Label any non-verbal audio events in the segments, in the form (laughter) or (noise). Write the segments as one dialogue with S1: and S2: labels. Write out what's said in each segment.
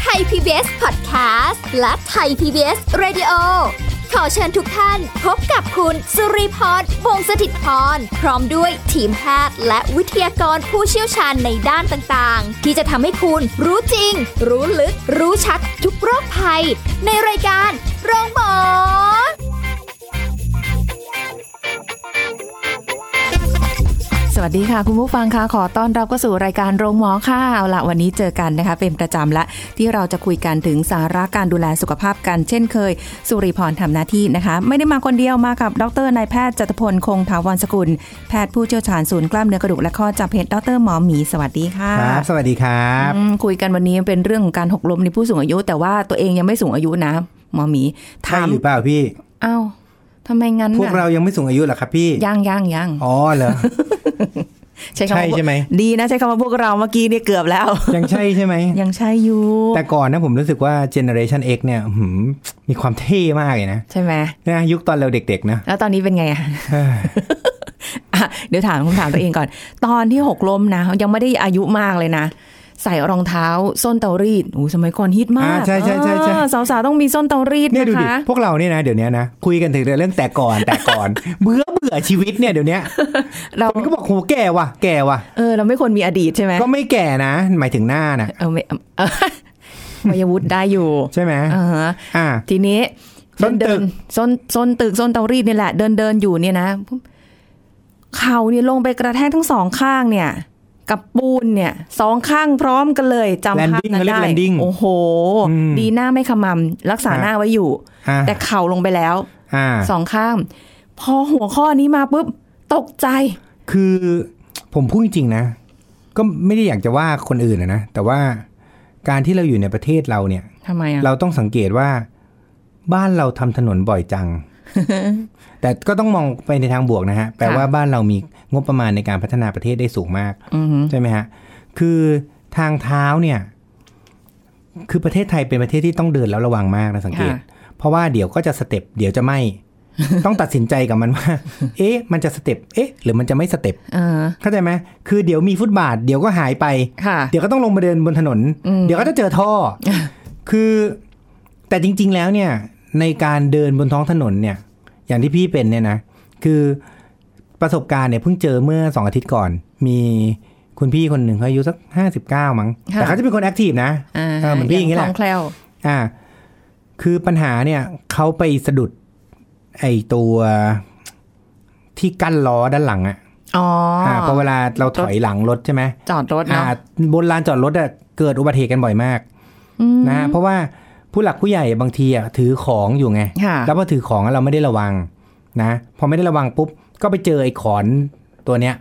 S1: ไทย PBS Podcast และไทย PBS Radio ขอเชิญทุกท่านพบกับคุณสุริพรวงศสถิตพรพร้อมด้วยทีมแพทย์และวิทยากรผู้เชี่ยวชาญในด้านต่างๆ ที่จะทำให้คุณรู้จริง รู้ลึก รู้ชัดทุกโรคภัย ในรายการโรงพยาบาล
S2: สวัสดีค่ะคุณผู้ฟังค่ะขอต้อนรับเข้าสู่รายการโรงหมอค่ะเอาละวันนี้เจอกันนะคะ เป็นประจำละที่เราจะคุยกันถึงสาระการดูแลสุขภาพกัน เช่นเคย สุริพรทำหน้าที่นะคะ ไม่ได้มาคนเดียวมากับดรนายแพทย์จตุพลคงถาวรสกุล แพทย์ผู้เชี่ยวชาญศูนย์กล้ามเนื้อกระดูกและข้อจากเพจดรหมอหมีสวัสดีค่ะ
S3: ครับ สวัสดีครับ
S2: อืมคุยกันวันนี้เป็นเรื่องของการหกล้มในผู้สูงอายุ แต่ว่าตัวเองยังไม่สูงอายุนะหมอหมี
S3: ใช่
S2: ถาม
S3: หรือเปล่าพี่
S2: เอ้าทำไมงั้น
S3: พวกเรายังไม่สูงอายุเหรอครับพี่
S2: ยังยังยัง
S3: อ๋อเหร
S2: (laughs)
S3: อ
S2: ใช้คำ
S3: ใช่
S2: ว่า
S3: ใช่ไหม
S2: ดีนะใช้คำว่าพวกเราเมื่อกี้เนี่ยเกือบแล้ว
S3: ยังใช่ใช่ไหม
S2: ยังใช่อยู่
S3: แต่ก่อนนะผมรู้สึกว่า Generation X เนี่ยอื้อหือมีความเท่มากเลยนะ
S2: ใช่ไหม
S3: นะยุคตอนเราเด็กๆนะ
S2: แล้วตอนนี้เป็นไงอะ
S3: เอ้ย
S2: อ่ะเดี๋ยวถามคำถามตัวเองก่อน ตอนที่หกล้มนะ ยังไม่ได้อายุมากเลยนะ ใส่รองเท้าส้นเตารีดโอ้สมัยก่อนฮิตมาก
S3: อ่าใช่ใช่ใช่ใช่
S2: อ่าสาวๆต้องมีส้นเตารีด
S3: เนี่ย
S2: นะ
S3: ดูดิ
S2: คะ
S3: พวกเราเนี่ยนะเดี๋ยวนี้นะ คุยกันถึงแต่เรื่องแต่ก่อนแต่ก่อน (laughs) เบื่อเบื่อชีวิตเนี่ยเดี๋ยวนี้
S2: เรา
S3: คนก็บอกโหแก่ว่ะ แก่ว่ะ
S2: เออเราไม่ควรมีอดีตใช่ไหม
S3: ก็ไม่แก่นะ หมายถึงหน้าน่ะ
S2: เออไม่ (laughs) เออ วัยวุฒิได้อยู่
S3: ใช่ไหม
S2: อ่าฮะ
S3: อ่า
S2: ทีนี้
S3: ส้น
S2: เดิ
S3: ตึก
S2: ๆส้นส้นตึกส้นเตารีดนี่แหละเดินเดินอยู่เนี่ยนะเข่าเนี่ยลงไปกระแทกทั้งสองข้างเนี่ย กับปูนเนี่ยสองข้างพร้อมกันเลยจำภาพ
S3: Landing
S2: นั้น
S3: เขาเรียก
S2: ได้
S3: landing
S2: โอ้โห
S3: อืม
S2: ดีหน้าไม่ขมำรักษา
S3: ฮะ
S2: หน้าไว้อยู่
S3: อ่า
S2: แต่เข่าลงไปแล้ว
S3: อ่า
S2: สองข้าง พอหัวข้อนี้มาปุ๊บ ตกใจ
S3: คือผมพูดจริงๆนะ ก็ไม่ได้อยากจะว่าคนอื่นอะนะแต่ว่าการที่เราอยู่ในประเทศเราเนี่ย
S2: ทำไมอ่ะ
S3: เราต้องสังเกตว่าบ้านเราทำถนนบ่อยจัง
S2: (laughs)
S3: แต่ก็ต้องมองไปในทางบวกนะฮะแปลว่าบ้านเรามีงบประมาณในการพัฒนาประเทศได้สูงมาก
S2: อือหือ
S3: ใช่ไหมฮะ คือทางเท้าเนี่ย คือประเทศไทยเป็นประเทศที่ต้องเดินแล้วระวังมากนะสังเกต
S2: ค่ะ
S3: เพราะว่าเดี๋ยวก็จะสเต็ปเดี๋ยวจะไม่ ต้องตัดสินใจกับมันว่า
S2: (laughs)
S3: เอ๊ะ มันจะสเต็ปเอ๊ะ หรือมันจะไม่สเต็ป
S2: อ่า
S3: เข้าใจไหมคือเดี๋ยวมีฟุตบาท เดี๋ยวก็หายไป
S2: ค่ะ
S3: เดี๋ยวก็ต้องลงมาเดินบนถนน
S2: อืม
S3: เดี๋ยวก็จะเจอท่อ คือแต่จริง ๆ แล้วเนี่ย ในการเดินบนท้องถนนเนี่ย อย่างที่พี่เป็นเนี่ยนะ คือประสบการณ์เนี่ยเพิ่งเจอเมื่อสองอาทิตย์ก่อน มีคุณพี่คนหนึ่งเขาอายุสักห้าสิบเก้ามั้ง แต่เขาจะเป็นคนแอคทีฟนะ
S2: อ่า
S3: เออเหมือนพี่อย่างงี้แหละ
S2: คล่องแคล่ว
S3: อ่า คือปัญหาเนี่ยเขาไปสะดุดไอตัวที่กั้นล้อด้านหลังอะ
S2: อ๋ออ่
S3: าพอเวลาเราถอยหลังรถใช่ไหม
S2: จอดรถ
S3: อ่า
S2: เนาะ
S3: บนลานจอดรถอะเกิดอุบัติเหตุกันบ่อยมาก
S2: อืม
S3: นะฮะเพราะว่าผู้หลักผู้ใหญ่บางทีอะถือของอยู่ไง
S2: ค่ะ
S3: แล้วพอถือของอะเราไม่ได้ระวังนะพอไม่ได้ระวังปุ๊บ ก็ไปเจอไอ้ขอนตัวเนี้ย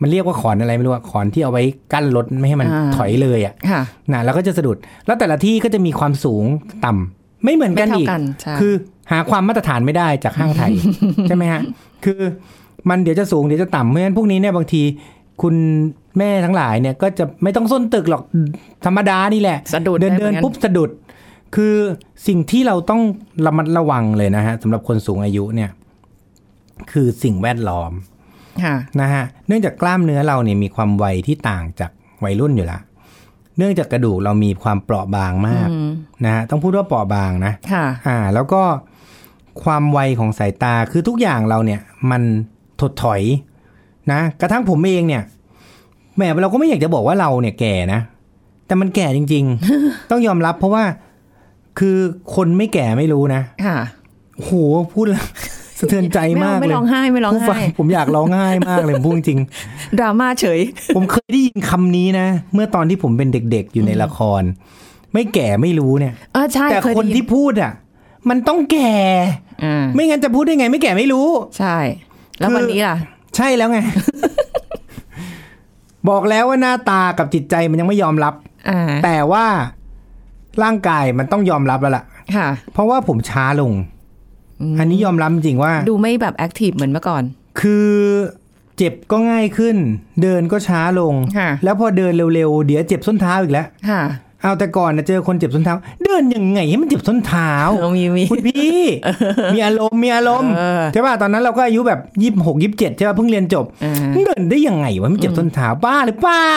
S3: มันเรียกว่าขอนอะไรไม่รู้อะขอนที่เอาไว้กั้นรถไม่ให้มันถอยเลยอะ
S2: ค่ะ
S3: นะแล้วก็จะสะดุด แล้วแต่ละที่ก็จะมีความสูงต่ำไม่เหมือน
S2: ไม่
S3: กัน
S2: เท่า
S3: อีก
S2: กันใช่
S3: คือหาความมาตรฐานไม่ได้จากห้าง
S2: (laughs)
S3: ไทย ใช่ไหมฮะ คือมันเดี๋ยวจะสูงเดี๋ยวจะต่ำเพราะฉะนั้นพวกนี้เนี่ยบางทีคุณแม่ทั้งหลายเนี่ยก็จะไม่ต้องส้นตึกหรอกธรรมดานี่แหละ
S2: สะดุด
S3: เดิน
S2: ได้ห
S3: เดิ
S2: มือน กั
S3: ปุ๊บสะดุด คือสิ่งที่เราต้องระมัดระวังเลยนะฮะสำหรับคนสูงอายุเนี่ย คือสิ่งแวดล้อม
S2: ค่ะ
S3: นะฮะเนื่องจากกล้ามเนื้อเราเนี่ยมีความไวที่ต่างจากวัยรุ่นอยู่ละเนื่องจากกระดูกเรามีความเปราะบางมาก
S2: อืม
S3: นะฮะต้องพูดว่าเปราะบางนะ
S2: ค่ะ
S3: อ่าแล้วก็ความไวของสายตาคือทุกอย่างเราเนี่ย มันถดถอยนะกระทั่งผมเองเนี่ยแหมเราก็ไม่อยากจะบอกว่าเราเนี่ยแก่นะ แต่มันแก่จริง
S2: (laughs)
S3: ๆ ต้องยอมรับเพราะว่าคือคนไม่แก่ไม่รู้นะ
S2: ค่ะ
S3: โอ้โหพูดแล้ว (laughs) สะเทือนใจมาก
S2: ไม่
S3: เลย
S2: ร้องไห้ไม่ร้อง
S3: ผู้ฟั
S2: ไห้
S3: งผมอยากร้องไห้มากเลยผมพูดจริง
S2: ด
S3: (laughs)
S2: ราม่าเฉย
S3: ผมเคยได้ยินคำนี้นะ เมื่อตอนที่ผมเป็นเด็ก ๆ อยู่ในละคร ไม่แก่ไม่รู้เนี่ย
S2: เออใช่
S3: แต่
S2: เยได้
S3: คน
S2: ยิ
S3: ที่พูดอ่ะ มันต้องแก่
S2: อ่า
S3: ไม่งั้นจะพูดได้ไงไม่แก่ไม่รู้
S2: ใช่ แล้ว
S3: คือ
S2: วันนี้ล่ะ
S3: ใช่แล้วไง (laughs) บอกแล้วว่าหน้าตากับจิตใจมันยังไม่ยอมรับ
S2: อ่า
S3: แต่ว่าร่างกายมันต้องยอมรับแล้วล่ะ
S2: ค่ะ
S3: เพราะว่าผมช้าลง อันนี้ยอมรับจริงๆว่า
S2: ดูไม่แบบแอคทีฟเหมือนเมื่อก่อน
S3: คือเจ็บก็ง่ายขึ้น เดินก็ช้าลง
S2: ค่ะ
S3: แล้วพอเดินเร็วๆ เดี๋ยวเจ็บส้นเท้าอีกแล้ว
S2: ค่ะ
S3: เอาแต่ก่อนนะเจอคนเจ็บส้นเท้า เดินยังไงให้มันเจ็บส้นเท้า
S2: เอามีมี
S3: คุณพี่
S2: (laughs)
S3: มีอารมณ์มีอารมณ์
S2: เออ
S3: ใช่ป่ะตอนนั้นเราก็อายุแบบยี่สิบหกยี่สิบเจ็ดใช่ป่ะเพิ่งเรียนจบ
S2: อ่า
S3: เดินได้ยังไงวะไม่เจ็บส้นเท้าบ้าหรือเปล่า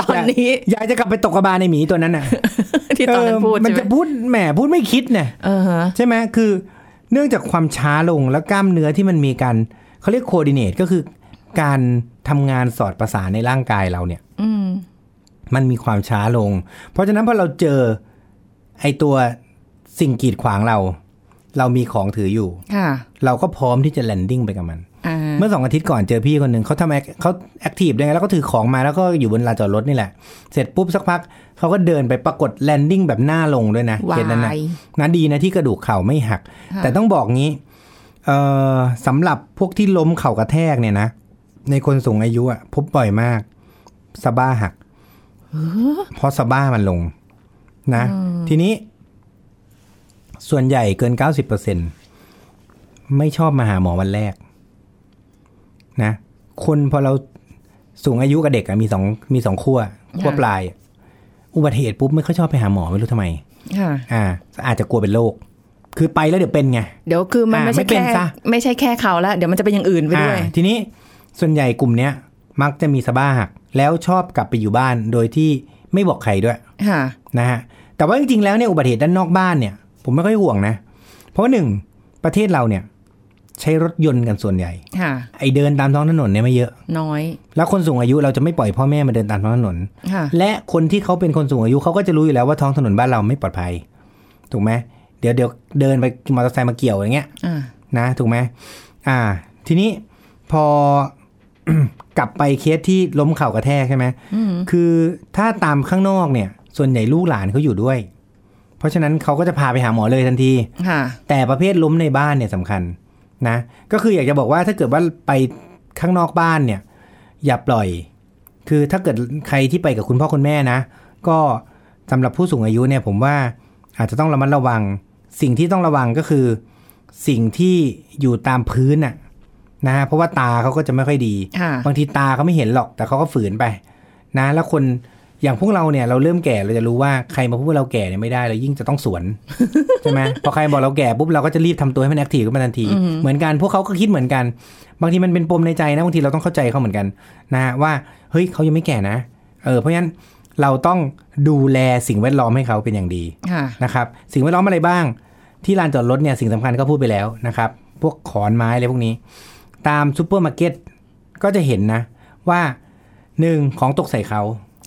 S2: ตอนนี้
S3: ยายจะกลับไปตกกระบาลในหมีตัวนั้นน่ะ
S2: ที่ตอนนั้นพูด
S3: เออมัน
S2: ใช่ไหม
S3: จะพูดแหมพูดไม่คิดเนี่ย
S2: เออฮะ
S3: ใช่ไหมคือ เนื่องจากความช้าลงแล้วกล้ามเนื้อที่มันมีการเขาเรียกโคดิเนตก็คือ การทำงานสอดประสานในร่างกายเราเนี่ย
S2: อืม
S3: มันมีความช้าลง เพราะฉะนั้นพอเราเจอไอตัวสิ่งกีดขวางเรา เรามีของถืออยู่
S2: ค่ะ
S3: เราก็พร้อมที่จะแลนดิ้งไปกับมัน
S2: อ่า
S3: เมื่อสองอาทิตย์ก่อนเจอพี่คนหนึ่งเขาทำแอคเขาแอคทีฟยังไงแล้วก็ถือของมาแล้วก็อยู่บนลานจอดรถนี่แหละ เสร็จปุ๊บสักพักเขาก็เดินไปปรากฏแลนดิ้งแบบหน้าลงด้วยนะ
S2: วา
S3: เคสนั้นนะ
S2: ย
S3: นะดีนะที่กระดูกเข่าไม่หัก
S2: ค่ะ
S3: แต่ต้องบอกงี้เอ่อสำหรับพวกที่ล้มเข่ากระแทกเนี่ยนะ ในคนสูงอายุอะพบบ่อยมากสะบ้าหักเพราะสะบ้ามันลง นะ ทีนี้ ส่วนใหญ่เกิน 90%ไม่ชอบมาหาหมอวันแรก นะ คนพอเราสูงอายุกับเด็กอะมีสองมีสองขั้วขั้ว
S2: ค่ะ
S3: ปลาย อุบัติเหตุปุ๊บไม่ค่อยชอบไปหาหมอไม่รู้ทำไม
S2: ค่ะ
S3: อ่า อาจจะกลัวเป็นโรค คือไปแล้วเดี๋ยวเป็นไง
S2: เดี๋ยวคือมัน
S3: อ่า
S2: ไม่ใช่
S3: ไม่เป็น
S2: แค่
S3: ซะ
S2: ไม่ใช่แค่เขาละเดี๋ยวมันจะเป็นอย่างอื่นไปด้วย
S3: อ่าทีนี้ส่วนใหญ่กลุ่มเนี้ย มักจะมีสะบ้าหักแล้วชอบกลับไปอยู่บ้านโดยที่ไม่บอกใครด้วย
S2: ค่ะ
S3: นะฮะแต่ว่าจริงๆแล้วเนี่ยอุบัติเหตุด้านนอกบ้านเนี่ย ผมไม่ค่อยห่วงนะ เพราะว่าหนึ่งประเทศเราเนี่ย ใช้รถยนต์กันส่วนใหญ่
S2: ค่ะ
S3: ไอเดินตามท้องถนนเนี่ยไม่เยอะ
S2: น้อย
S3: แล้วคนสูงอายุเราจะไม่ปล่อยพ่อแม่มาเดินตามท้องถนน
S2: ค่ะ
S3: และคนที่เขาเป็นคนสูงอายุเขาก็จะรู้อยู่แล้วว่าท้องถนนบ้านเราไม่ปลอดภัย ถูกไหมเดี๋ยวเดี๋ยวเดินไปมอเตอร์ไซค์มาเกี่ยวอย่างเงี้ย
S2: อ่า
S3: นะถูกไหมอ่า ทีนี้พอ (coughs) กลับไปเคสที่ล้มเข่ากระแทกใช่ไหม
S2: อืม
S3: คือถ้าตามข้างนอกเนี่ย ส่วนใหญ่ลูกหลานเขาอยู่ด้วย เพราะฉะนั้นเขาก็จะพาไปหาหมอเลยทันที
S2: ค่ะ
S3: แต่ประเภทล้มในบ้านเนี่ยสำคัญนะ ก็คืออยากจะบอกว่าถ้าเกิดว่าไปข้างนอกบ้านเนี่ย อย่าปล่อย คือถ้าเกิดใครที่ไปกับคุณพ่อคุณแม่นะ ก็สำหรับผู้สูงอายุเนี่ย ผมว่าอาจจะต้องระมัดระวัง สิ่งที่ต้องระวังก็คือ สิ่งที่อยู่ตามพื้นน่ะนะฮะเพราะว่าตาเขาก็จะไม่ค่อยดี
S2: ค่ะ
S3: บางทีตาเขาไม่เห็นหรอกแต่เขาก็ฝืนไป นะ แล้วคนอย่างพวกเราเนี่ยเราเริ่มแก่เราจะรู้ว่าใครมาพูดว่าเราแก่เนี่ยไม่ได้เรายิ่งจะต้องสวน ใช่ไหมพอใครบอกเราแก่ปุ๊บเราก็จะรีบทำตัวให้มันแอคทีฟขึ้นมาทันที เหมือนกันพวกเขาก็คิดเหมือนกัน บางทีมันเป็นปมในใจนะบางทีเราต้องเข้าใจเขาเหมือนกัน นะฮะว่าเฮ้ยเขายังไม่แก่นะเออเพราะฉะนั้นเราต้องดูแลสิ่งแวดล้อมให้เขาเป็นอย่างดี
S2: ค่ะ
S3: นะครับสิ่งแวดล้อมอะไรบ้าง ที่ลานจอดรถเนี่ยสิ่งสำคัญก็พูดไปแล้วนะครับ พวกขอนไม้อะไรพวกนี้ ตามซูเปอร์มาร์เก็ตก็จะเห็นนะ ว่าหนึ่งของตกใส่เขา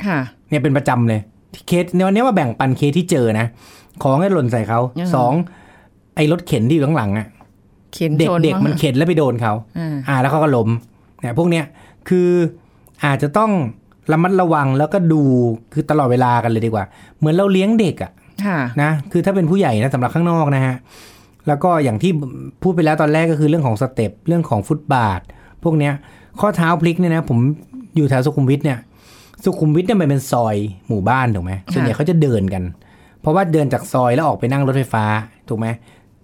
S2: ค่ะ
S3: เนี่ยเป็นประจำเลยที่เคสในวันนี้ว่าแบ่งปันเคสที่เจอนะ ของให้หล่นใส่เขา
S2: อ่า
S3: สองไอ้รถเข็นที่อยู่ข้างหลังอะ
S2: เขียน
S3: เด็
S2: ช
S3: ก
S2: น
S3: เด็กๆมัน
S2: มั้ง
S3: เข็นแล้วไปโดนเขา
S2: อ่า
S3: อ่าแล้วเขาก็ล้มเนี่ยพวกเนี้ยคืออาจจะต้องระมัดระวังแล้วก็ดูคือตลอดเวลากันเลยดีกว่า เหมือนเราเลี้ยงเด็กอะ
S2: ค่ะ
S3: นะคือถ้าเป็นผู้ใหญ่นะสำหรับข้างนอกนะฮะ แล้วก็อย่างที่พูดไปแล้วตอนแรกก็คือเรื่องของสเต็ปเรื่องของฟุตบาท พวกเนี้ย ข้อเท้าพลิกเนี่ยนะ ผมอยู่แถวสุขุมวิทเนี่ย สุขุมวิทเนี่ยมันเป็นซอยหมู่บ้านถูกไหมส่วนใหญ่เขาจะเดินกัน เพราะว่าเดินจากซอยแล้วออกไปนั่งรถไฟฟ้าถูกไหม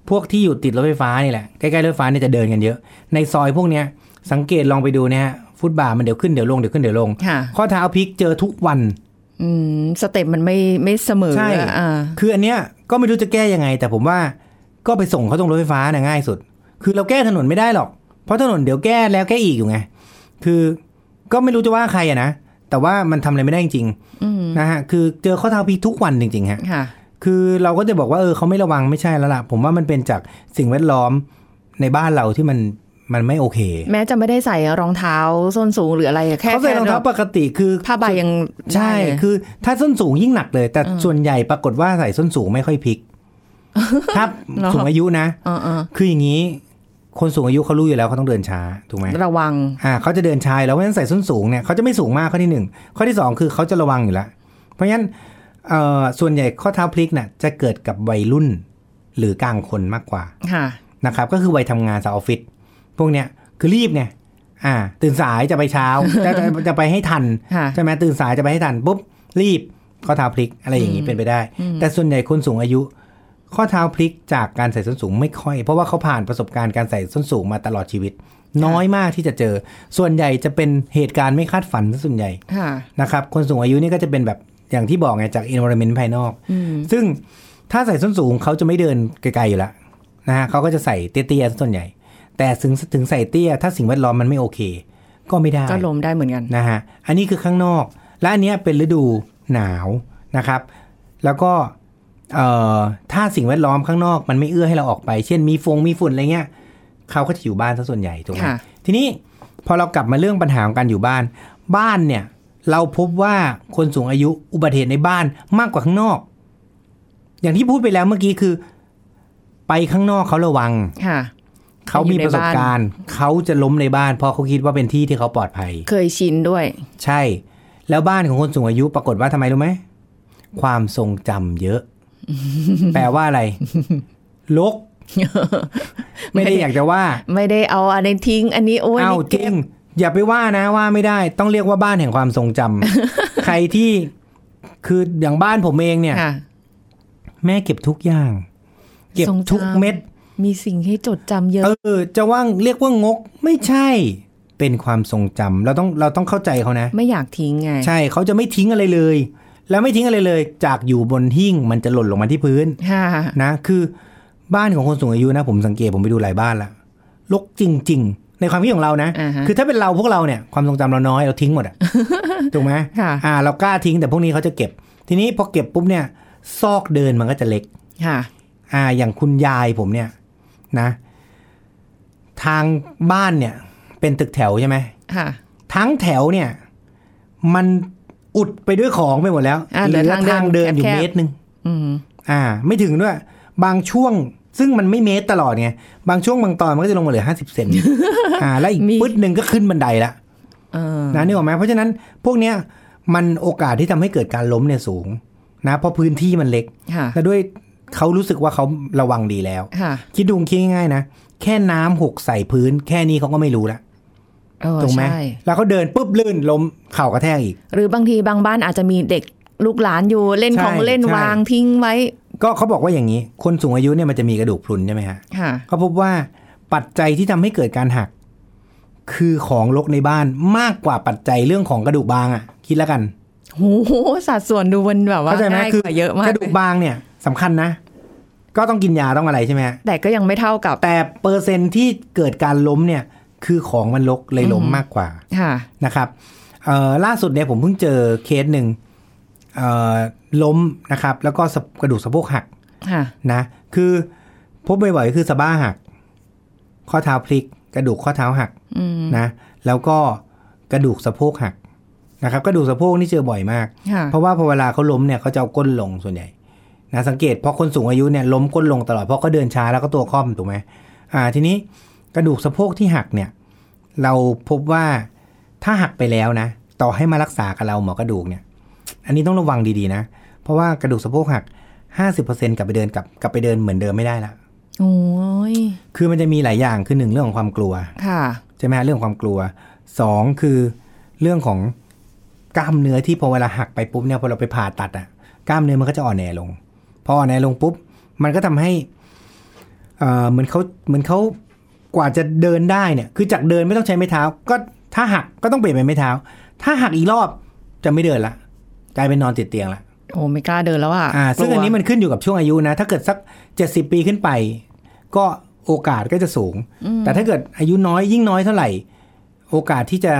S3: พวกที่อยู่ติดรถไฟฟ้านี่แหละใกล้ๆรถไฟฟ้าเนี่ยจะเดินกันเยอะ ในซอยพวกเนี้ยสังเกตลองไปดูนะฮะฟุตบาทมันเดี๋ยวขึ้นเดี๋ยวลงเดี๋ยวขึ้นเดี๋ยวลง
S2: ค่ะ
S3: ข้อเท้าพลิกเจอทุกวัน
S2: อืม สเต็ปมันไม่ไม่เสมอ
S3: ใช่
S2: อะอ่า
S3: คืออันเนี้ยก็ไม่รู้จะแก้ยังไง แต่ผมว่าก็ไปส่งเขาตรงรถไฟฟ้าน่ะง่ายสุด คือเราแก้ถนนไม่ได้หรอก เพราะถนนเดี๋ยวแก้แล้วแก้อีกอยู่ไง คือก็ไม่รู้จะว่าใครอะนะ แต่ว่ามันทำอะไรไม่ได้จริง
S2: อืม
S3: ๆนะฮะคือเจอข้อเท้าพีทุกวันจริงๆฮะ
S2: ค่ะ
S3: คือเราก็จะบอกว่าเออเขาไม่ระวังไม่ใช่แล้วล่ะ ผมว่ามันเป็นจากสิ่งแวดล้อมในบ้านเราที่มันมันไม่โอเค
S2: แม้จะไม่ได้ใส่รองเท้าส้นสูงหรืออะไรอะแค่
S3: เขาใส่รองเท้าปกติคือ
S2: ผ้าใบยัง
S3: ใช่
S2: ได้เลย
S3: คือถ้าส้นสูงยิ่งหนักเลย แต่ส่วนใหญ่ปรากฏว่าใส่ส้นสูงไม่ค่อย
S2: (laughs)
S3: พลิก ถ้าสูงอายุนะ
S2: เออเออ
S3: คืออย่างนี้ คนสูงอายุเขารู้อยู่แล้วเขาต้องเดินช้าถูกไหม
S2: ระวัง
S3: อ่าเขาจะเดินช้าอยู่แล้วเพราะฉะนั้นใส่ส้นสูงเนี่ยเขาจะไม่สูงมากข้อที่หนึ่งข้อที่สองคือเขาจะระวังอยู่แล้วเพราะฉะนั้นเอ่อส่วนใหญ่ข้อเท้าพลิกน่ะจะเกิดกับวัยรุ่นหรือกลางคนมากกว่า
S2: ค่ะ
S3: นะครับก็คือวัยทำงานสาวออฟฟิศพวกเนี้ยคือรีบไงอ่า ตื่นสายจะไปเช้า จะจะจะไปให้ทัน
S2: ค่ะ
S3: ใช่ไหมตื่นสายจะไปให้ทันปุ๊บรีบข้อเท้าพลิกอะไรอย่างนี้เป็นไปได้ แต่ส่วนใหญ่คนสูงอายุ ข้อเท้าพลิกจากการใส่ส้นสูงไม่ค่อย เพราะว่าเขาผ่านประสบการณ์การใส่ส้นสูงมาตลอดชีวิต น้อยมากที่จะเจอ ส่วนใหญ่จะเป็นเหตุการณ์ไม่คาดฝันซะส่วนใหญ่
S2: ค่ะ
S3: นะครับคนสูงอายุนี่ก็จะเป็นแบบอย่างที่บอกไงจาก environment ภายนอก ซึ่งถ้าใส่ส้นสูงเขาจะไม่เดินไกลๆอยู่และนะฮะเขาก็จะใส่เตี้ยๆซะส่วนใหญ่ แต่ถึงถึงใส่เตี้ย ถ้าสิ่งแวดล้อมมันไม่โอเค ก็ไม่ได้
S2: ก็ล้มได้เหมือนกัน
S3: นะฮะ อันนี้คือข้างนอก และอันเนี้ยเป็นฤดูหนาวนะครับ แล้วก็เอ่อถ้าสิ่งแวดล้อมข้างนอกมันไม่เอื้อให้เราออกไป เช่นมีฟงมีฝุ่นอะไรเงี้ย เขาก็จะอยู่บ้านซะส่วนใหญ่ถูกไหม
S2: ค่ะ
S3: ทีนี้พอเรากลับมาเรื่องปัญหาของการอยู่บ้าน บ้านเนี่ย เราพบว่าคนสูงอายุอุบัติเหตุในบ้านมากกว่าข้างนอก อย่างที่พูดไปแล้วเมื่อกี้คือ ไปข้างนอกเขาระวัง
S2: ค่ะ
S3: เขามีประสบการณ์ เขาจะล้มในบ้าน เพราะเขาคิดว่าเป็นที่ที่เขาปลอดภัย
S2: เคยชินด้วย
S3: ใช่ แล้วบ้านของคนสูงอายุปรากฏว่าทำไมรู้ไหม ความทรงจำเยอะ แปลว่าอะไร ล
S2: (laughs)
S3: ก ไม่ได้อยากจะว่า
S2: ไม่ได้เอาอันนี้ทิ้ง อันนี้โอ้ย
S3: เอ้า
S2: นี่
S3: จ
S2: เก็บ
S3: ริง อย่าไปว่านะว่าไม่ได้ ต้องเรียกว่าบ้านแห่งความทรงจำ ใครที่คืออย่างบ้านผมเองเนี่ย
S2: ค่ะ
S3: แม่เก็บทุกอย่าง เก็บ
S2: ทรงจำ
S3: ทุกเม็ด
S2: มีสิ่งให้จดจำเยอะ
S3: เออ จะว่างเรียกว่างก ไม่ใช่ เป็นความทรงจำเราต้องเราต้องเข้าใจเขานะ
S2: ไม่อยากทิ้งไง
S3: ใช่เขาจะไม่ทิ้งอะไรเลย แล้วไม่ทิ้งอะไรเลย จากอยู่บนหิ้งมันจะหล่นลงมาที่พื้น
S2: ค่ะ
S3: นะ คือบ้านของคนสูงอายุนะ ผมสังเกตผมไปดูหลายบ้านละรกจริง ๆ ในความคิดของเรานะ
S2: อ่าฮะ
S3: คือถ้าเป็นเราพวกเราเนี่ยความทรงจำเราน้อยเราทิ้งหมดอะ
S2: (laughs)
S3: ถูกไหม
S2: ค่ะ
S3: อ่า เรากล้าทิ้งแต่พวกนี้เขาจะเก็บ ทีนี้พอเก็บปุ๊บเนี่ยซอกเดินมันก็จะเล็ก
S2: ค่ะ
S3: อ่า อย่างคุณยายผมเนี่ยนะ ทางบ้านเนี่ย เป็นตึกแถวใช่ไหม
S2: ค่ะ
S3: ทั้งแถวเนี่ย มันอุดไปด้วยของไปหมดแล้ว
S2: อ่าเหลือทางเดิน
S3: ทางเดินอยู่
S2: แคบๆ
S3: เมตรหนึ่ง
S2: อืม
S3: อ่า ไม่ถึงด้วย บางช่วงซึ่งมันไม่เมตรตลอดไงบางช่วงบางตอนมันก็จะลงมาเหลือห้าสิบเซน อ่า แล้วอีก
S2: มี
S3: ปึ๊ดหนึ่งก็ขึ้นบันไดละ
S2: เออ
S3: นะนึกออกไหมเพราะฉะนั้นพวกเนี้ยมันโอกาสที่ทำให้เกิดการล้มเนี่ยสูง นะเพราะพื้นที่มันเล็ก
S2: ค่ะ
S3: และด้วยเขารู้สึกว่าเขาระวังดีแล้ว
S2: ค่ะ
S3: คิดดูคิดง่ายๆนะแค่น้ำหกใส่พื้น แค่นี้เขาก็ไม่รู้ละ
S2: เออ
S3: ถูกไหม
S2: ใช่
S3: แล้วเขาเดินปุ๊บลื่นล้มเข่ากระแทกอีก
S2: หรือบางทีบางบ้านอาจจะมีเด็กลูกหลานอยู่เล่น
S3: ใช่
S2: ของเล่น
S3: ใช่
S2: วางทิ้งไว้
S3: ก็เขาบอกว่าอย่างนี้ คนสูงอายุเนี่ยมันจะมีกระดูกพรุนใช่ไหมฮะ
S2: ค่ะ
S3: ก็พบว่าปัจจัยที่ทำให้เกิดการหัก คือของรกในบ้านมากกว่าปัจจัยเรื่องของกระดูกบางอะ่ะ คิดแล้วกัน
S2: โหสัดส่วนดูมันแบบว่า
S3: เข้าใจไหม
S2: ง่าย
S3: คื
S2: กว่าเยอะมาก
S3: กระดูกบางเนี่ยสำคัญนะ ก็ต้องกินยาต้องอะไรใช่ไหมฮะ
S2: แต่ก็ยังไม่เท่ากับ
S3: แต่เปอร์เซ็นต์ที่เกิดการล้มเนี่ย คือของมันรกเลยล้มมากกว่า
S2: ค่ะ
S3: นะครับเอ่อล่าสุดเนี่ยผมเพิ่งเจอเคสหนึ่งเอ่อล้มนะครับ แล้วก็สะกระดูกสะโพกหัก
S2: ค่ะ
S3: นะคือพบบ่อยๆคือสะบ้าหัก ข้อเท้าพลิก กระดูกข้อเท้าหัก
S2: อืม
S3: นะ แล้วก็กระดูกสะโพกหักนะครับ กระดูกสะโพกนี่เจอบ่อยมาก
S2: ค่ะ
S3: เพราะว่าพอเวลาเขาล้มเนี่ยเขาจะเอาก้นลงส่วนใหญ่นะสังเกตเพราะคนสูงอายุเนี่ยล้มก้นลงตลอดเพราะเขาเดินช้าแล้วก็ตัวค่อมถูกไหมอ่า ทีนี้กระดูกสะโพกที่หักเนี่ย เราพบว่าถ้าหักไปแล้วนะ ต่อให้มารักษากับเราหมอกระดูกเนี่ย อันนี้ต้องระวังดีๆนะ เพราะว่ากระดูกสะโพกหัก 50%กลับไปเดินกลับกลับไปเดินเหมือนเดิมไม่ได้ละ
S2: โอ้ย
S3: คือมันจะมีหลายอย่างคือหนึ่งเรื่องของความกลัว
S2: ค่ะ
S3: ใช่ไหมฮะเรื่องความกลัวสองคือเรื่องของกล้ามเนื้อที่พอเวลาหักไปปุ๊บเนี่ยพอเราไปผ่าตัดอะกล้ามเนื้อมันก็จะอ่อนแอลง พออ่อนแอลงปุ๊บ มันก็ทำให้เอ่อเหมือนเขาเหมือนเขากว่าจะเดินได้เนี่ย คือจากเดินไม่ต้องใช้ไม้เท้า ก็ถ้าหักก็ต้องเปลี่ยนเป็นไม้เท้า ถ้าหักอีกรอบจะไม่เดินละกลายเป็นนอนติดเตียงละ
S2: โอ้ไม่กล้าเดินแล้วอ่ะ
S3: อ่าซึ่
S2: ก
S3: ง
S2: ลัว
S3: อันนี้มันขึ้นอยู่กับช่วงอายุนะ ถ้าเกิดสัก 70 ปีขึ้นไป ก็โอกาสก็จะสูง แต่ถ้าเกิดอายุน้อยยิ่งน้อยเท่าไหร่ โอกาสที่จะ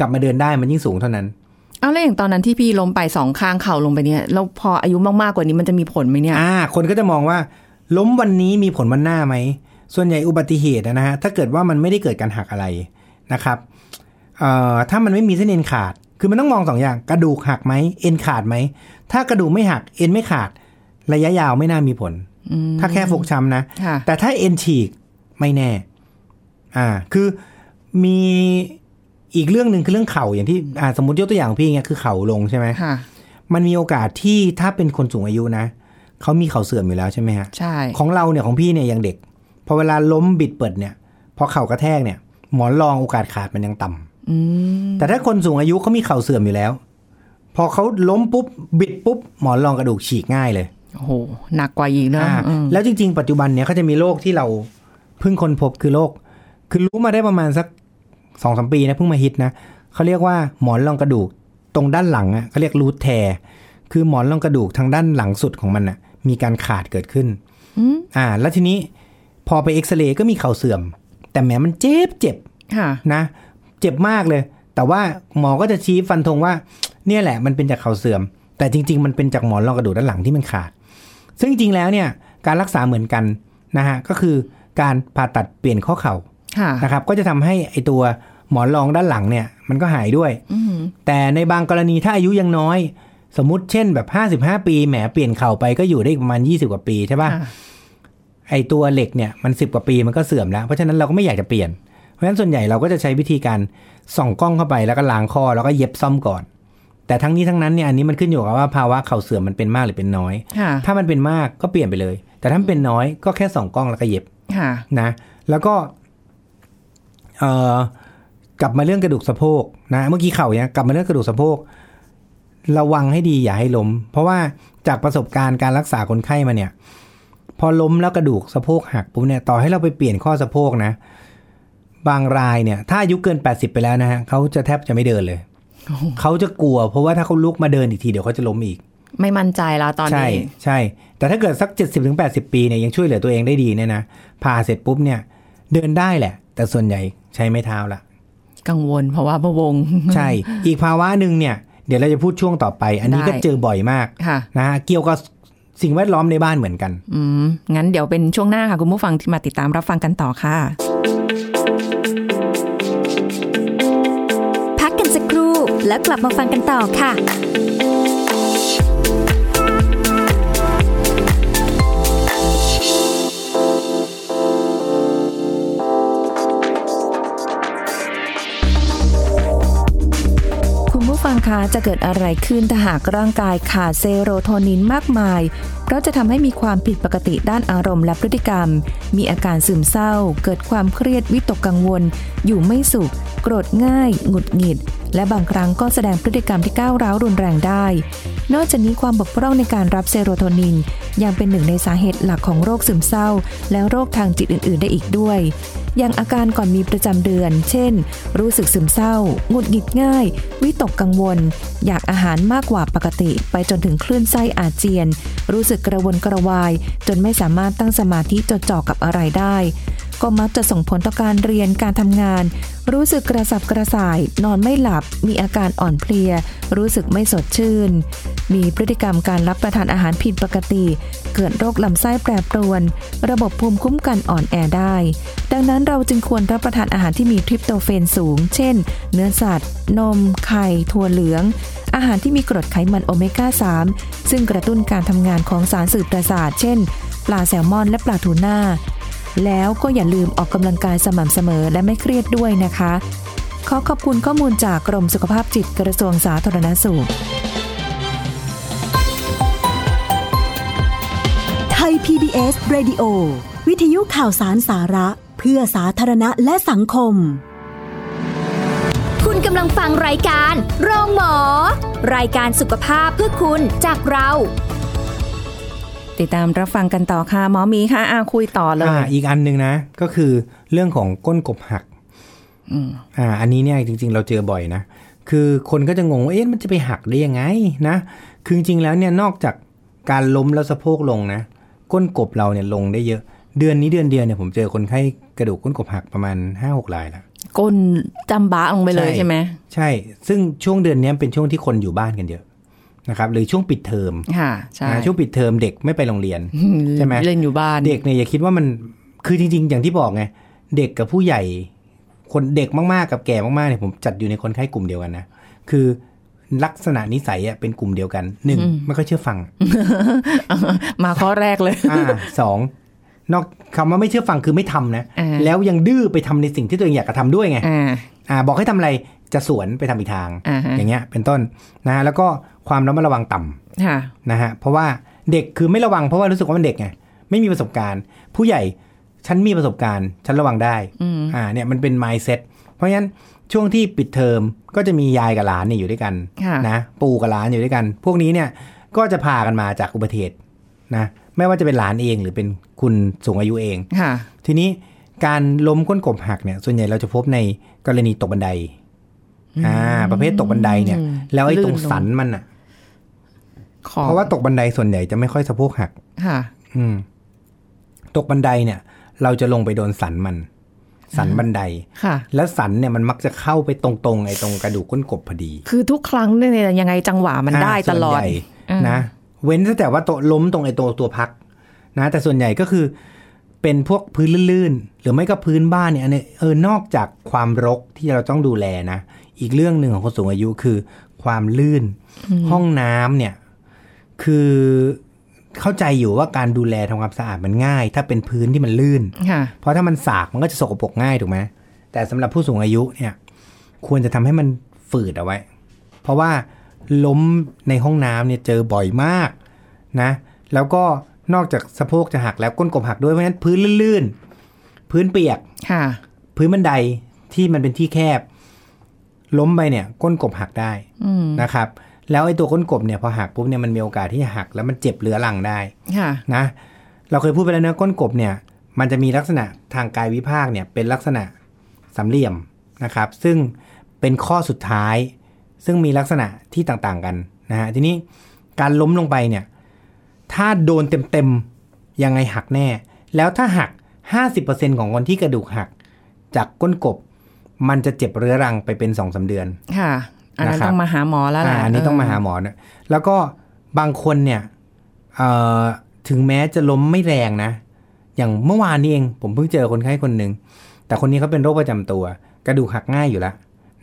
S3: กลับมาเดินได้มันยิ่งสูงเท่านั้น
S2: เอาแล้วอย่างตอนนั้นที่พี่ล้มไปสองข้างเข่าลงไปเนี่ย แล้วพออายุมากๆกว่านี้มันจะมีผลไหมเนี่ย
S3: อ่า คนก็จะมองว่า ล้มวันนี้มีผลวันหน้าไหม ส่วนใหญ่อุบัติเหตุนะฮะ ถ้าเกิดว่ามันไม่ได้เกิดการหักอะไรนะครับเอ่อถ้ามันไม่มีเส้นเอ็นขาด คือมันต้องมองสองอย่าง กระดูกหักไหมเอ็นขาดไหม ถ้ากระดูกไม่หักเอ็นไม่ขาด ระยะยาวไม่น่ามีผล ถ้าแค่ฟกช้ำนะ
S2: ค่ะ
S3: แต่ถ้าเอ็นฉีกไม่แน่ อ่า คือมีอีกเรื่องหนึ่งคือเรื่องเข่าอย่างที่อ่าสมมติยกตัวอย่างของพี่เงี้ยคือเข่าลงใช่ไหม
S2: ค่ะ
S3: มันมีโอกาสที่ถ้าเป็นคนสูงอายุนะเขามีเข่าเสื่อมอยู่แล้วใช่ไหมฮะ
S2: ใช่
S3: ของเราเนี่ยของพี่เนี่ยยังเด็ก พอเวลาล้มบิดเปิดเนี่ยพอเข่ากระแทกเนี่ย หมอนรองโอกาสขาดมันยังต่ำ
S2: อืม
S3: แต่ถ้าคนสูงอายุเขามีเข่าเสื่อมอยู่แล้ว พอเขาล้มปุ๊บบิดปุ๊บหมอนรองกระดูกฉีกง่ายเลย
S2: โอ้โหหนักกว่าอีกเนอะ
S3: อ่า
S2: อืม
S3: แล้วจริง ๆ ปัจจุบันเนี่ยเขาจะมีโรคที่เราเพิ่งค้นพบคือโรคคือรู้มาได้ประมาณสักสองสมปีนะเพิ่งมาฮิตนะเขาเรียกว่าหมอนรองกระดูกตรงด้านหลังอ่ะเขาเรียกรูทแทร์คือหมอนรองกระดูกทางด้านหลังสุดของมันอ่ะ มีการขาดเกิดขึ้น
S2: อืม
S3: อ่า แล้วทีนี้พอไปเอ็กซเรย์ก็มีเข่าเสื่อม แต่แหมมันเจ็บเจ็บ
S2: ค่ะ
S3: นะเจ็บมากเลย แต่ว่าหมอก็จะชี้ฟันธงว่า เนี่ยแหละมันเป็นจากเข่าเสื่อม แต่จริง ๆ มันเป็นจากหมอนรองกระดูกด้านหลังที่มันขาด ซึ่งจริงๆแล้วเนี่ยการรักษาเหมือนกันนะฮะก็คือการผ่าตัดเปลี่ยนข้อเข่า
S2: ค่ะ
S3: นะครับก็จะทำให้ไอตัวหมอนรองด้านหลังเนี่ยมันก็หายด้วย
S2: อืม
S3: แต่ในบางกรณีถ้าอายุยังน้อย สมมติเช่นแบบ 55 ปีแหมเปลี่ยนเข่าไปก็อยู่ได้อีกประมาณ 20 กว่าปีใช่ป่ะ
S2: ค่ะ
S3: ไอตัวเหล็กเนี่ยมันสิบกว่าปีมันก็เสื่อมแล้ว เพราะฉะนั้นเราก็ไม่อยากจะเปลี่ยน เพราะฉะนั้นส่วนใหญ่เราก็จะใช้วิธีการส่องกล้องเข้าไปแล้วก็ล้างข้อแล้วก็เย็บซ่อมก่อน แต่ทั้งนี้ทั้งนั้นเนี่ยอันนี้มันขึ้นอยู่กับว่าภาวะเข่าเสื่อมมันเป็นมากหรือเป็นน้อย
S2: ค่ะ
S3: ถ้ามันเป็นมากก็เปลี่ยนไปเลย แต่ถ้ามันเป็นน้อยก็แค่ส่องกล้องแล้วก็เย็บ
S2: ค่ะ
S3: นะ แล้วก็เอ่อกลับมาเรื่องกระดูกสะโพกนะเมื่อกี้เข่าเนี่ยกลับมาเรื่องกระดูกสะโพกระวังให้ดีอย่าให้ล้ม เพราะว่าจากประสบการณ์การรักษาคนไข้มาเนี่ย พอล้มแล้วกระดูกสะโพกหักปุ๊บเนี่ยต่อให้เราไปเปลี่ยนข้อสะโพกนะ บางรายเนี่ย ถ้าอายุเกิน 80 ไปแล้วนะฮะเขาจะแทบจะไม่เดินเลย
S2: โอ้โห
S3: เขาจะกลัว เพราะว่าถ้าเขาลุกมาเดินอีกทีเดี๋ยวเขาจะล้มอีก
S2: ไม่มั่นใจแล้วตอน
S3: ใช่
S2: นี้
S3: ใช่ แต่ถ้าเกิดสัก 70-80ถึง80 ปีเนี่ยยังช่วยเหลือตัวเองได้ดีเนี่ยนะผ่าเสร็จปุ๊บเนี่ย เดินได้แหละ แต่ส่วนใหญ่ใช้ไม้เท้าละ
S2: กังวลเพราะว่าพะวง (laughs)
S3: ใช่ อีกภาวะหนึ่งเนี่ย เดี๋ยวเราจะพูดช่วงต่อไป อันนี้ก็
S2: ได้
S3: เจอบ่อยมาก
S2: ค่ะ
S3: นะฮะเกี่ยวกับสิ่งแวดล้อมในบ้านเหมือนกัน
S2: อืม งั้นเดี๋ยวเป็นช่วงหน้าค่ะ คุณผู้ฟังที่มาติดตามรับฟังกันต่อค่ะ
S1: พักกันสักครู่แล้วกลับมาฟังกันต่อค่ะ
S2: คุณผู้ฟังคะจะเกิดอะไรขึ้นถ้าหากร่างกายขาดเซโรโทนินมากมาย เพราะจะทำให้มีความผิดปกติด้านอารมณ์และพฤติกรรม มีอาการซึมเศร้า เกิดความเครียดวิตกกังวล อยู่ไม่สุข โกรธง่าย หงุดหงิด และบางครั้งก็แสดงพฤติกรรมที่ก้าวร้าวรุนแรงได้ นอกจากนี้ความบกพร่องในการรับเซโรโทนิน ยังเป็นหนึ่งในสาเหตุหลักของโรคซึมเศร้า และโรคทางจิตอื่น ๆ ได้อีกด้วย อย่างอาการก่อนมีประจำเดือน เช่น รู้สึกซึมเศร้า หงุดหงิดง่าย วิตกกังวล อยากอาหารมากกว่าปกติ ไปจนถึงคลื่นไส้อาเจียน รู้สึกกระวนกระวาย จนไม่สามารถตั้งสมาธิจดจ่อกับอะไรได้ ก็มักจะส่งผลต่อการเรียนการทำงาน รู้สึกกระสับกระส่าย นอนไม่หลับ มีอาการอ่อนเพลีย รู้สึกไม่สดชื่น มีพฤติกรรมการรับประทานอาหารผิดปกติ เกิดโรคลำไส้แปรปรวน ระบบภูมิคุ้มกันอ่อนแอได้ ดังนั้นเราจึงควรรับประทานอาหารที่มีทริปโตเฟนสูง เช่น เนื้อสัตว์ นม ไข่ ถั่วเหลือง อาหารที่มีกรดไขมันโอเมก้า 3 ซึ่งกระตุ้นการทำงานของสารสื่อประสาท เช่น ปลาแซลมอนและปลาทูน่า แล้วก็อย่าลืมออกกำลังกายสม่ำเสมอและไม่เครียดด้วยนะคะ ขอขอบคุณข้อมูลจากกรมสุขภาพจิตกระทรวงสาธารณสุข
S4: ไทย PBS Radio วิทยุข่าวสารสาระ เพื่อสาธารณะและสังคม
S1: คุณกำลังฟังรายการโรงหมอ รายการสุขภาพเพื่อคุณจากเรา
S2: ติดตามรับฟังกันต่อค่ะ หมอหมีค่ะอาคุยต่อเลย
S3: อ่าอีกอันหนึ่งนะก็คือเรื่องของก้นกบหักอ่า อันนี้เนี่ยจริง ๆ เราเจอบ่อยนะคือคนก็จะงงว่าเอ๊ะมันจะไปหักได้ยังไงนะคือจริงๆแล้วเนี่ยนอกจากการล้มแล้วสะโพกลงนะ ก้นกบเราเนี่ยลงได้เยอะ เดือนนี้เดือนเดียวเนี่ยผมเจอคนไข้กระดูกก้นกบหักประมาณห้าหกรายละ
S2: ก้นจำบ้าลงไปเลย
S3: ใช่
S2: ใช่ไหม
S3: ใช่ ซึ่งช่วงเดือนเนี้ยเป็นช่วงที่คนอยู่บ้านกันเยอะนะครับหรือช่วงปิดเทอม
S2: ค่ะใช่
S3: อ่าช่วงปิดเทอมเด็กไม่ไปโรงเรียน
S2: (laughs)
S3: ใช่ไหม
S2: เล่นอยู่บ้าน
S3: เด็กเนี่ยอย่าคิดว่ามันคือจริง ๆ อย่างที่บอกไงเด็กกับผู้ใหญ่ คนเด็กมากๆกับแก่มากๆเนี่ยผมจัดอยู่ในคนไข้กลุ่มเดียวกันนะคือลักษณะนิสัยอะเป็นกลุ่มเดียวกันหนึ่งไม่ค่อยเชื่อ
S2: (laughs)
S3: ฟัง
S2: มาข้อแรกเลย
S3: อ่าสองนอกคำว่าไม่เชื่อฟังคือไม่ทำนะ
S2: อ่า
S3: แล้วยังดื้อไปทำในสิ่งที่ตัวเองอยากกระทำด้วยไง
S2: อ่า
S3: อ่าบอกให้ทำอะไรจะสวนไปทำอีกทาง
S2: อ่าฮะ
S3: ย่างเงี้ยเป็นต้นนะฮะแล้วก็ความระมัดระวังต่ำ
S2: ค่ะ
S3: นะฮะเพราะว่าเด็กคือไม่ระวังเพราะว่ารู้สึกว่ามันเด็กไงไม่มีประสบการณ์ ผู้ใหญ่ฉันมีประสบการณ์ ฉันระวังได้
S2: อืม
S3: อ่าเนี่ยมันเป็น mindset เพราะฉะนั้นช่วงที่ปิดเทอมก็จะมียายกับหลานเนี่ยอยู่ด้วยกัน
S2: ค่ะ
S3: นะปู่กับหลานอยู่ด้วยกัน พวกนี้เนี่ยก็จะพากันมาจากอุบัติเหตุ นะไม่ว่าจะเป็นหลานเองหรือเป็นคุณสูงอายุเอง
S2: ค่ะ
S3: ทีนี้การล้มก้นกบหักเนี่ย ส่วนใหญ่เราจะพบในกรณีตกบันไดอ่าประเภทตกบันไดเนี่ย
S2: อืม
S3: แล้วไอ้ตรง
S2: ลื่นลง
S3: สันมันอ่ะ
S2: ขอ
S3: เพราะว่าตกบันไดส่วนใหญ่จะไม่ค่อยสะโพกหัก
S2: ค่ะ
S3: อืม ตกบันไดเนี่ย เราจะลงไปโดนสันมัน สันบันได
S2: ค่ะ
S3: แล้วสันเนี่ยมันมักจะเข้าไปตรงๆไอ้ตรงกระดูกก้นกบพอดี
S2: คือทุกครั้งเนี่ยยังไงจังหวะมันได้
S3: า
S2: ตลอด
S3: ส่วนใหญ่
S2: อืม
S3: นะ เว้นแต่ว่าโตะล้มตรงไอ้ตัวตัวพัก นะ แต่ส่วนใหญ่ก็คือเป็นพวกพื้นลื่นๆ หรือไม่ก็พื้นบ้านเนี่ยอันเนี้ยเออนอกจากความรกที่เราต้องดูแลนะ อีกเรื่องหนึ่งของคนสูงอายุคือ ความลื่น ห้องน้ำเนี่ย คือเข้าใจอยู่ว่าการดูแลทำความสะอาดมันง่าย ถ้าเป็นพื้นที่มันลื่น
S2: ค่ะ
S3: เพราะถ้ามันสากมันก็จะสกปรกง่ายถูกไหมแต่สำหรับผู้สูงอายุเนี่ย ควรจะทำให้มันฝืดเอาไว้ เพราะว่าล้มในห้องน้ำเนี่ยเจอบ่อยมากนะ แล้วก็นอกจากสะโพกจะหักแล้วก้นกบหักด้วยเพราะฉะนั้นพื้นลื่นๆ พื้นเปียก
S2: ค่ะ
S3: พื้นบันไดที่มันเป็นที่แคบ ล้มไปเนี่ย ก้นกบหักได้
S2: อืม
S3: นะครับ แล้วไอ้ตัวก้นกบเนี่ยพอหักปุ๊บเนี่ยมันมีโอกาสที่จะหัก แล้วมันเจ็บเรื้อรังได้
S2: ค่ะ
S3: นะเราเคยพูดไปแล้วนะก้นกบเนี่ย มันจะมีลักษณะทางกายวิภาคเนี่ยเป็นลักษณะสามเหลี่ยมนะครับ ซึ่งเป็นข้อสุดท้าย ซึ่งมีลักษณะที่ต่างๆกันนะฮะทีนี้การล้มลงไปเนี่ย ถ้าโดนเต็มๆ ยังไงหักแน่ แล้วถ้าหัก 50%ของคนที่กระดูกหัก จากก้นกบ มันจะเจ็บเรื้อรังไปเป็นสองสามเดือน
S2: ค่ะ อันนั้น
S3: นะครับ
S2: ต้องมาหาหมอแล้วล่ะ
S3: อ่าอันนี้ต้องมาหาหมอนะแล้วก็บางคนเนี่ยเอ่อถึงแม้จะล้มไม่แรงนะ อย่างเมื่อวานนี้เอง ผมเพิ่งเจอคนไข้คนหนึ่ง แต่คนนี้เขาเป็นโรคประจำตัว กระดูกหักง่ายอยู่แล้ว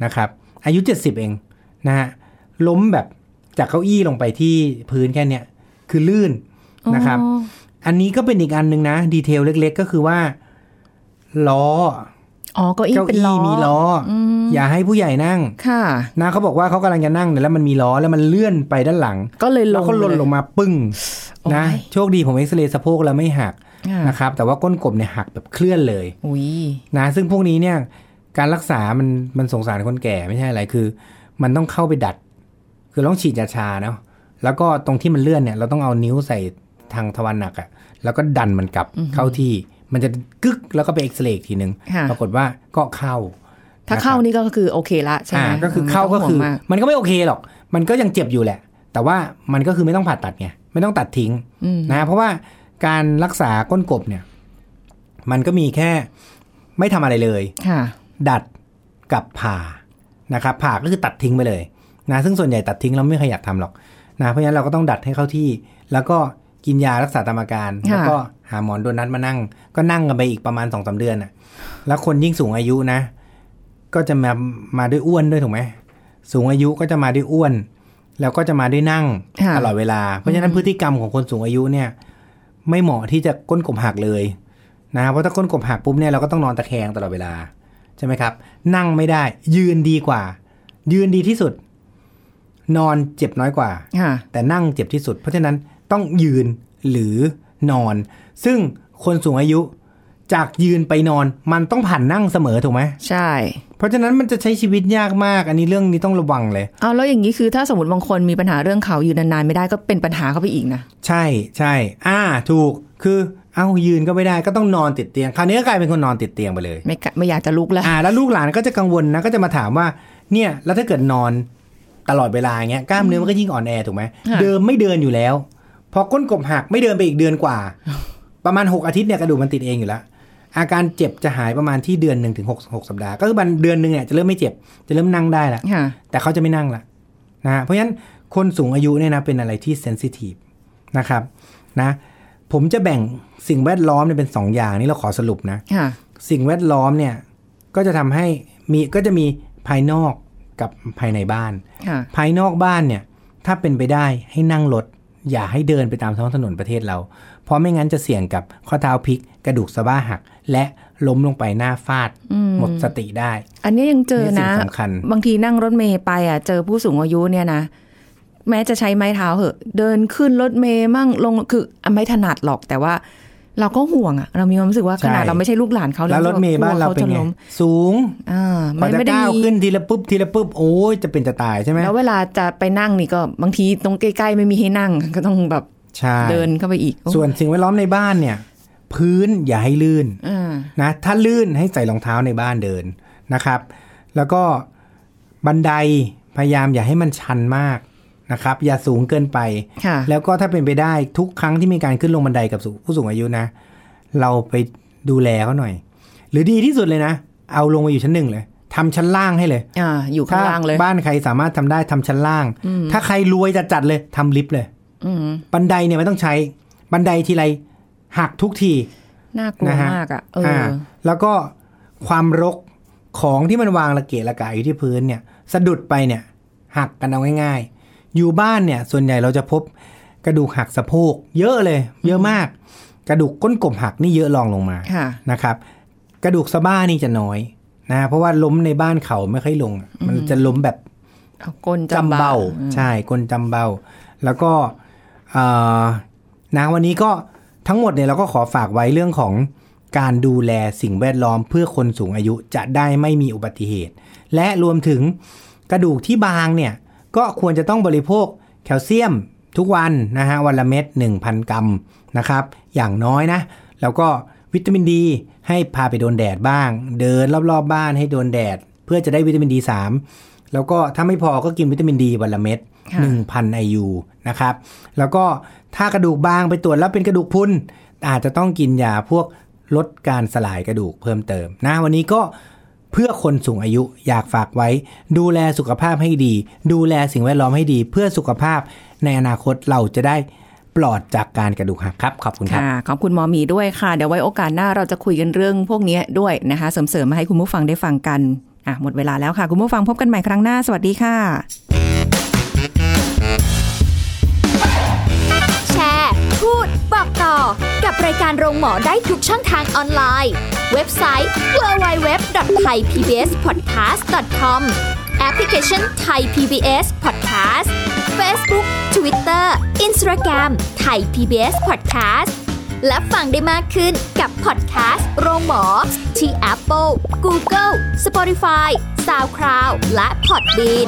S3: นะครับ อายุ 70 เองนะฮะล้มแบบจากเก้าอี้ลงไปที่พื้นแค่เนี้ยคือลื่นนะครับ
S2: อ๋อ
S3: อันนี้ก็เป็นอีกอันหนึ่งนะ ดีเทลเล็ก ๆ ก็คือว่าล้อ
S2: อ๋อเก้าอี้
S3: เก้า
S2: เป็นล้อ
S3: อี้มีล้ออ
S2: ม
S3: อย่าให้ผู้ใหญ่นั่ง
S2: ค่ะ
S3: นะเขาบอกว่าเขากำลังจะนั่งเนี่ยแล้วมันมีล้อแล้วมันเลื่อนไปด้านหลัง
S2: ก็เลยล
S3: แล้ว
S2: ง
S3: ก็หล่น
S2: เย
S3: ลงมาปึ้ง
S2: โอ้ย
S3: นะโชคดีผมเอ็กซเรย์สะโพกแล้วไม่หัก
S2: ค่ะ
S3: นะครับ แต่ว่าก้นกบเนี่ยหักแบบเคลื่อนเลย
S2: อุ้ย
S3: นะซึ่งพวกนี้เนี่ยการรักษามันมันสงสารคนแก่ไม่ใช่อะไรคือ มันต้องเข้าไปดัด คือต้องฉีดยาชาเนาะแล้วก็ตรงที่มันเลื่อนเนี่ย เราต้องเอานิ้วใส่ทางทวารหนักอะแล้วก็ดันมันกลับเข้าที่ มันจะกึกแล้วก็ไปเอ็กซเรย์อีกทีหนึ่ง
S2: ค่ะ
S3: ปรากฏว่าก็เข้า
S2: ถ้า
S3: ะครับ
S2: เข้านี่ก็คือโอเคละใช่ไหม
S3: อ่าก็คือเข้าก็
S2: ไม่ต้งห่วง
S3: คือ
S2: มาก
S3: มันก็ไม่โอเคหรอก มันก็ยังเจ็บอยู่แหละ แต่ว่ามันก็คือไม่ต้องผ่าตัดไงไม่ต้องตัดทิ้ง
S2: อืม
S3: นะเพราะว่าการรักษาก้นกบเนี่ย มันก็มีแค่ไม่ทำอะไรเลย
S2: ค่ะ
S3: ดัดกับผ่านะครับ ผ่าก็คือตัดทิ้งไปเลยนะซึ่งส่วนใหญ่ตัดทิ้งเราไม่เคยอยากทำหรอกนะเพราะฉะนั้นเราก็ต้องดัดให้เข้าที่ แล้วก็กินยารักษาตามอาการ
S2: ค่ะ
S3: แล้วก็หาหมอนโดนัทมานั่ง ก็นั่งกันไปอีกประมาณสองสาเดือนน่ะ แล้วคนยิ่งสูงอายุนะ ก็จะมามาด้วยอ้วนด้วยถูกไหมสูงอายุก็จะมาด้วยอ้วน แล้วก็จะมาด้วยนั่ง
S2: ค่ะ
S3: ตลอดเวลา เพราะฉะนั้นพฤติกรรมของคนสูงอายุเนี่ย ไม่เหมาะที่จะก้นกบหักเลยนะเพราะถ้าก้นกบหักปุ๊บเนี่ยเราก็ต้องนอนตะแคงตลอดเวลาใช่ไหมครับ นั่งไม่ได้ ยืนดีกว่า ยืนดีที่สุด นอนเจ็บน้อยกว่า
S2: ค่ะ
S3: แต่นั่งเจ็บที่สุด เพราะฉะนั้นต้องยืนหรือนอน ซึ่งคนสูงอายุจากยืนไปนอนมันต้องผ่านนั่งเสมอถูกไหม
S2: ใช่
S3: เพราะฉะนั้นมันจะใช้ชีวิตยากมาก อันนี้เรื่องนี้ต้องระวังเลย
S2: เอาแล้วอย่างนี้คือถ้าสมมติบางคนมีปัญหาเรื่องเขาอยู่นานๆไม่ได้ก็เป็นปัญหาเข้าไปอีกนะ
S3: ใช่ใช่อ่าถูกคือเอ้ายืนก็ไม่ได้ก็ต้องนอนติดเตียง คราวนี้ก็กลายเป็นคนนอนติดเตียงไปเลย
S2: ไม่กะไม่อยากจะลุกแล้ว
S3: อ่าแล้วลูกหลานก็จะกังวลนะก็จะมาถามว่าเนี่ยแล้วถ้าเกิดนอนตลอดเวลาอย่างเงี้ยกล้ามเนื้อมันก็ยิ่งอ่อนแอถูกไหม
S2: ค่ะ
S3: เดิมไม่เดินอยู่แล้ว พอก้นกบหักไม่เดินไปอีกเดือน
S2: (laughs)
S3: กว่า ประมาณ 6 อาทิตย์เนี่ยกระดูกมันติดเองอยู่แล้วอาการเจ็บจะหายประมาณที่เดือนหนึ่งถึงหกหกสัปดาห์ก็คือบันเดือนหนึ่งเนี่ยจะเริ่มไม่เจ็บจะเริ่มนั่งได้ละ
S2: ค่ะ
S3: แต่เขาจะไม่นั่งละนะฮะเพราะฉะนั้นคนสูงอายุเนี่ยนะเป็นอะไรที่เซนซิทีฟนะครับนะผมจะแบ่งสิ่งแวดล้อมเนี่ยเป็นสองอย่างนี่เราขอสรุปนะ
S2: ค่ะ
S3: สิ่งแวดล้อมเนี่ยก็จะทำให้มีก็จะมีภายนอกกับภายในบ้าน
S2: ค่ะ
S3: ภายนอกบ้านเนี่ยถ้าเป็นไปได้ให้นั่งรถอย่าให้เดินไปตามท้องถนนประเทศเรา เพราะไม่งั้นจะเสี่ยงกับข้อเท้าพลิกกระดูกสะบ้าหัก และล้มลงไปหน้าฟาด หมดสติได้
S2: อันนี้ยังเจอนะ
S3: นี่สิ่งสำคัญ
S2: บางทีนั่งรถเมย์ไปอ่ะ เจอผู้สูงอายุเนี่ยนะ แม้จะใช้ไม้เท้าเหอะ เดินขึ้นรถเมย์มั่งลงคือไม่ถนัดหรอกแต่ว่า เราก็ห่วงอ่ะ เรามีความรู้สึกว่าขนาดเราไม่ใช่ลูกหลานเขา
S3: แล้วรถเมย์บ้านเรา
S2: กลัว
S3: เป็น
S2: จะ
S3: ไง
S2: ล้ม
S3: สูง
S2: อ่า
S3: พ
S2: มั
S3: อ
S2: น
S3: จะ
S2: ไม่ได้
S3: ก้าว
S2: มี
S3: ขึ้นทีละปุ๊บทีละปุ๊บโอ้ยจะเป็นจะตายใช่ไหม
S2: แล้วเวลาจะไปนั่งนี่ก็บางทีตรงใกล้ๆไม่มีให้นั่ง ก็ต้องแบบ
S3: ใช่
S2: เดินเข้าไปอีกโอ้
S3: ส่วนสิ่งแวดล้อมในบ้านเนี่ย พื้นอย่าให้ลื่น
S2: อ่า
S3: นะถ้าลื่นให้ใส่รองเท้าในบ้านเดินนะครับ แล้วก็บันไดพยายามอย่าให้มันชันมากนะครับ อย่าสูงเกินไป
S2: ค่ะ
S3: แล้วก็ถ้าเป็นไปได้ทุกครั้งที่มีการขึ้นลงบันไดกับสูผู้สูงอายุนะ เราไปดูแลเขาหน่อย หรือดีที่สุดเลยนะ เอาลงมาอยู่ชั้นหนึ่งเลยทำชั้นล่างให้เลย
S2: อ่าอยู่ข้างล่างเลย
S3: ถ้บ้านใครสามารถทำได้ทำชั้นล่าง ถ้าใครรวยจะจัดๆเลยทำลิฟต์เลย
S2: อืม
S3: บันไดเนี่ยไม่ต้องใช้บันไดทีไรหักทุกที
S2: น่ากลัว
S3: นะฮะ
S2: มากอ่ะเออ
S3: อ่าแล้วก็ความรกของที่มันวางระเกะระกะอยู่ที่พื้นเนี่ย สะดุดไปเนี่ยหักกันเอาง่ายๆ อยู่บ้านเนี่ย ส่วนใหญ่เราจะพบกระดูกหักสะโพก เยอะเลย เยอะมาก กระดูกก้นกบหักนี่เยอะรองลงมา
S2: ค่ะ
S3: นะครับ กระดูกสะบ้านี่จะน้อยนะเพราะว่าล้มในบ้านเขาไม่ค่อยลง มันจะล้มแบบ
S2: เอาก้น
S3: จำ
S2: จำ
S3: เบ้า
S2: เบา
S3: ใช่กลจำเบ้า แล้วก็เอ่อนะวันนี้ก็ทั้งหมดเนี่ยเราก็ขอฝากไว้เรื่องของการดูแลสิ่งแวดล้อมเพื่อคนสูงอายุจะได้ไม่มีอุบัติเหตุ และรวมถึงกระดูกที่บางเนี่ย ก็ควรจะต้องบริโภคแคลเซียมทุกวันนะฮะวันละเม็ด1,000 กรัมนะครับ อย่างน้อยนะ แล้วก็วิตามินดี ให้พาไปโดนแดดบ้าง เดินรอบๆบบ้านให้โดนแดด เพื่อจะได้วิตามินดี 3 แล้วก็ถ้าไม่พอก็กินวิตามินดีวันละเม็ด1,000 IU นะครับ แล้วก็ถ้ากระดูกบางไปตรวจแล้วเป็นกระดูกพรุนอาจจะต้องกินยาพวกลดการสลายกระดูกเพิ่มเติมนะวันนี้ก็ เพื่อคนสูงอายุอยากฝากไว้ ดูแลสุขภาพให้ดี ดูแลสิ่งแวดล้อมให้ดี เพื่อสุขภาพในอนาคตเราจะได้ปลอดจากการกระดูกหักครับ ขอบคุณครับ
S2: ค่ะขอบคุณหมอหมีด้วยค่ะ เดี๋ยวไว้โอกาสหน้าเราจะคุยกันเรื่องพวกนี้ด้วยนะคะ เสริมๆมาให้คุณผู้ฟังได้ฟังกันอ่ะหมดเวลาแล้วค่ะ คุณผู้ฟังพบกันใหม่ครั้งหน้าสวัสดีค่ะ
S1: แชร์ พูด บอกต่อ กับรายการโรงหมอได้ทุกช่องทางออนไลน์ เว็บไซต์ www.thaipbspodcast.com แอปพลิเคชัน Thai PBS Podcast Facebook Twitter Instagram Thai PBS Podcast และฟังได้มากขึ้นกับพอดแคสต์โรงหมอ ที่ Apple, Google, Spotify, SoundCloud และ Podbean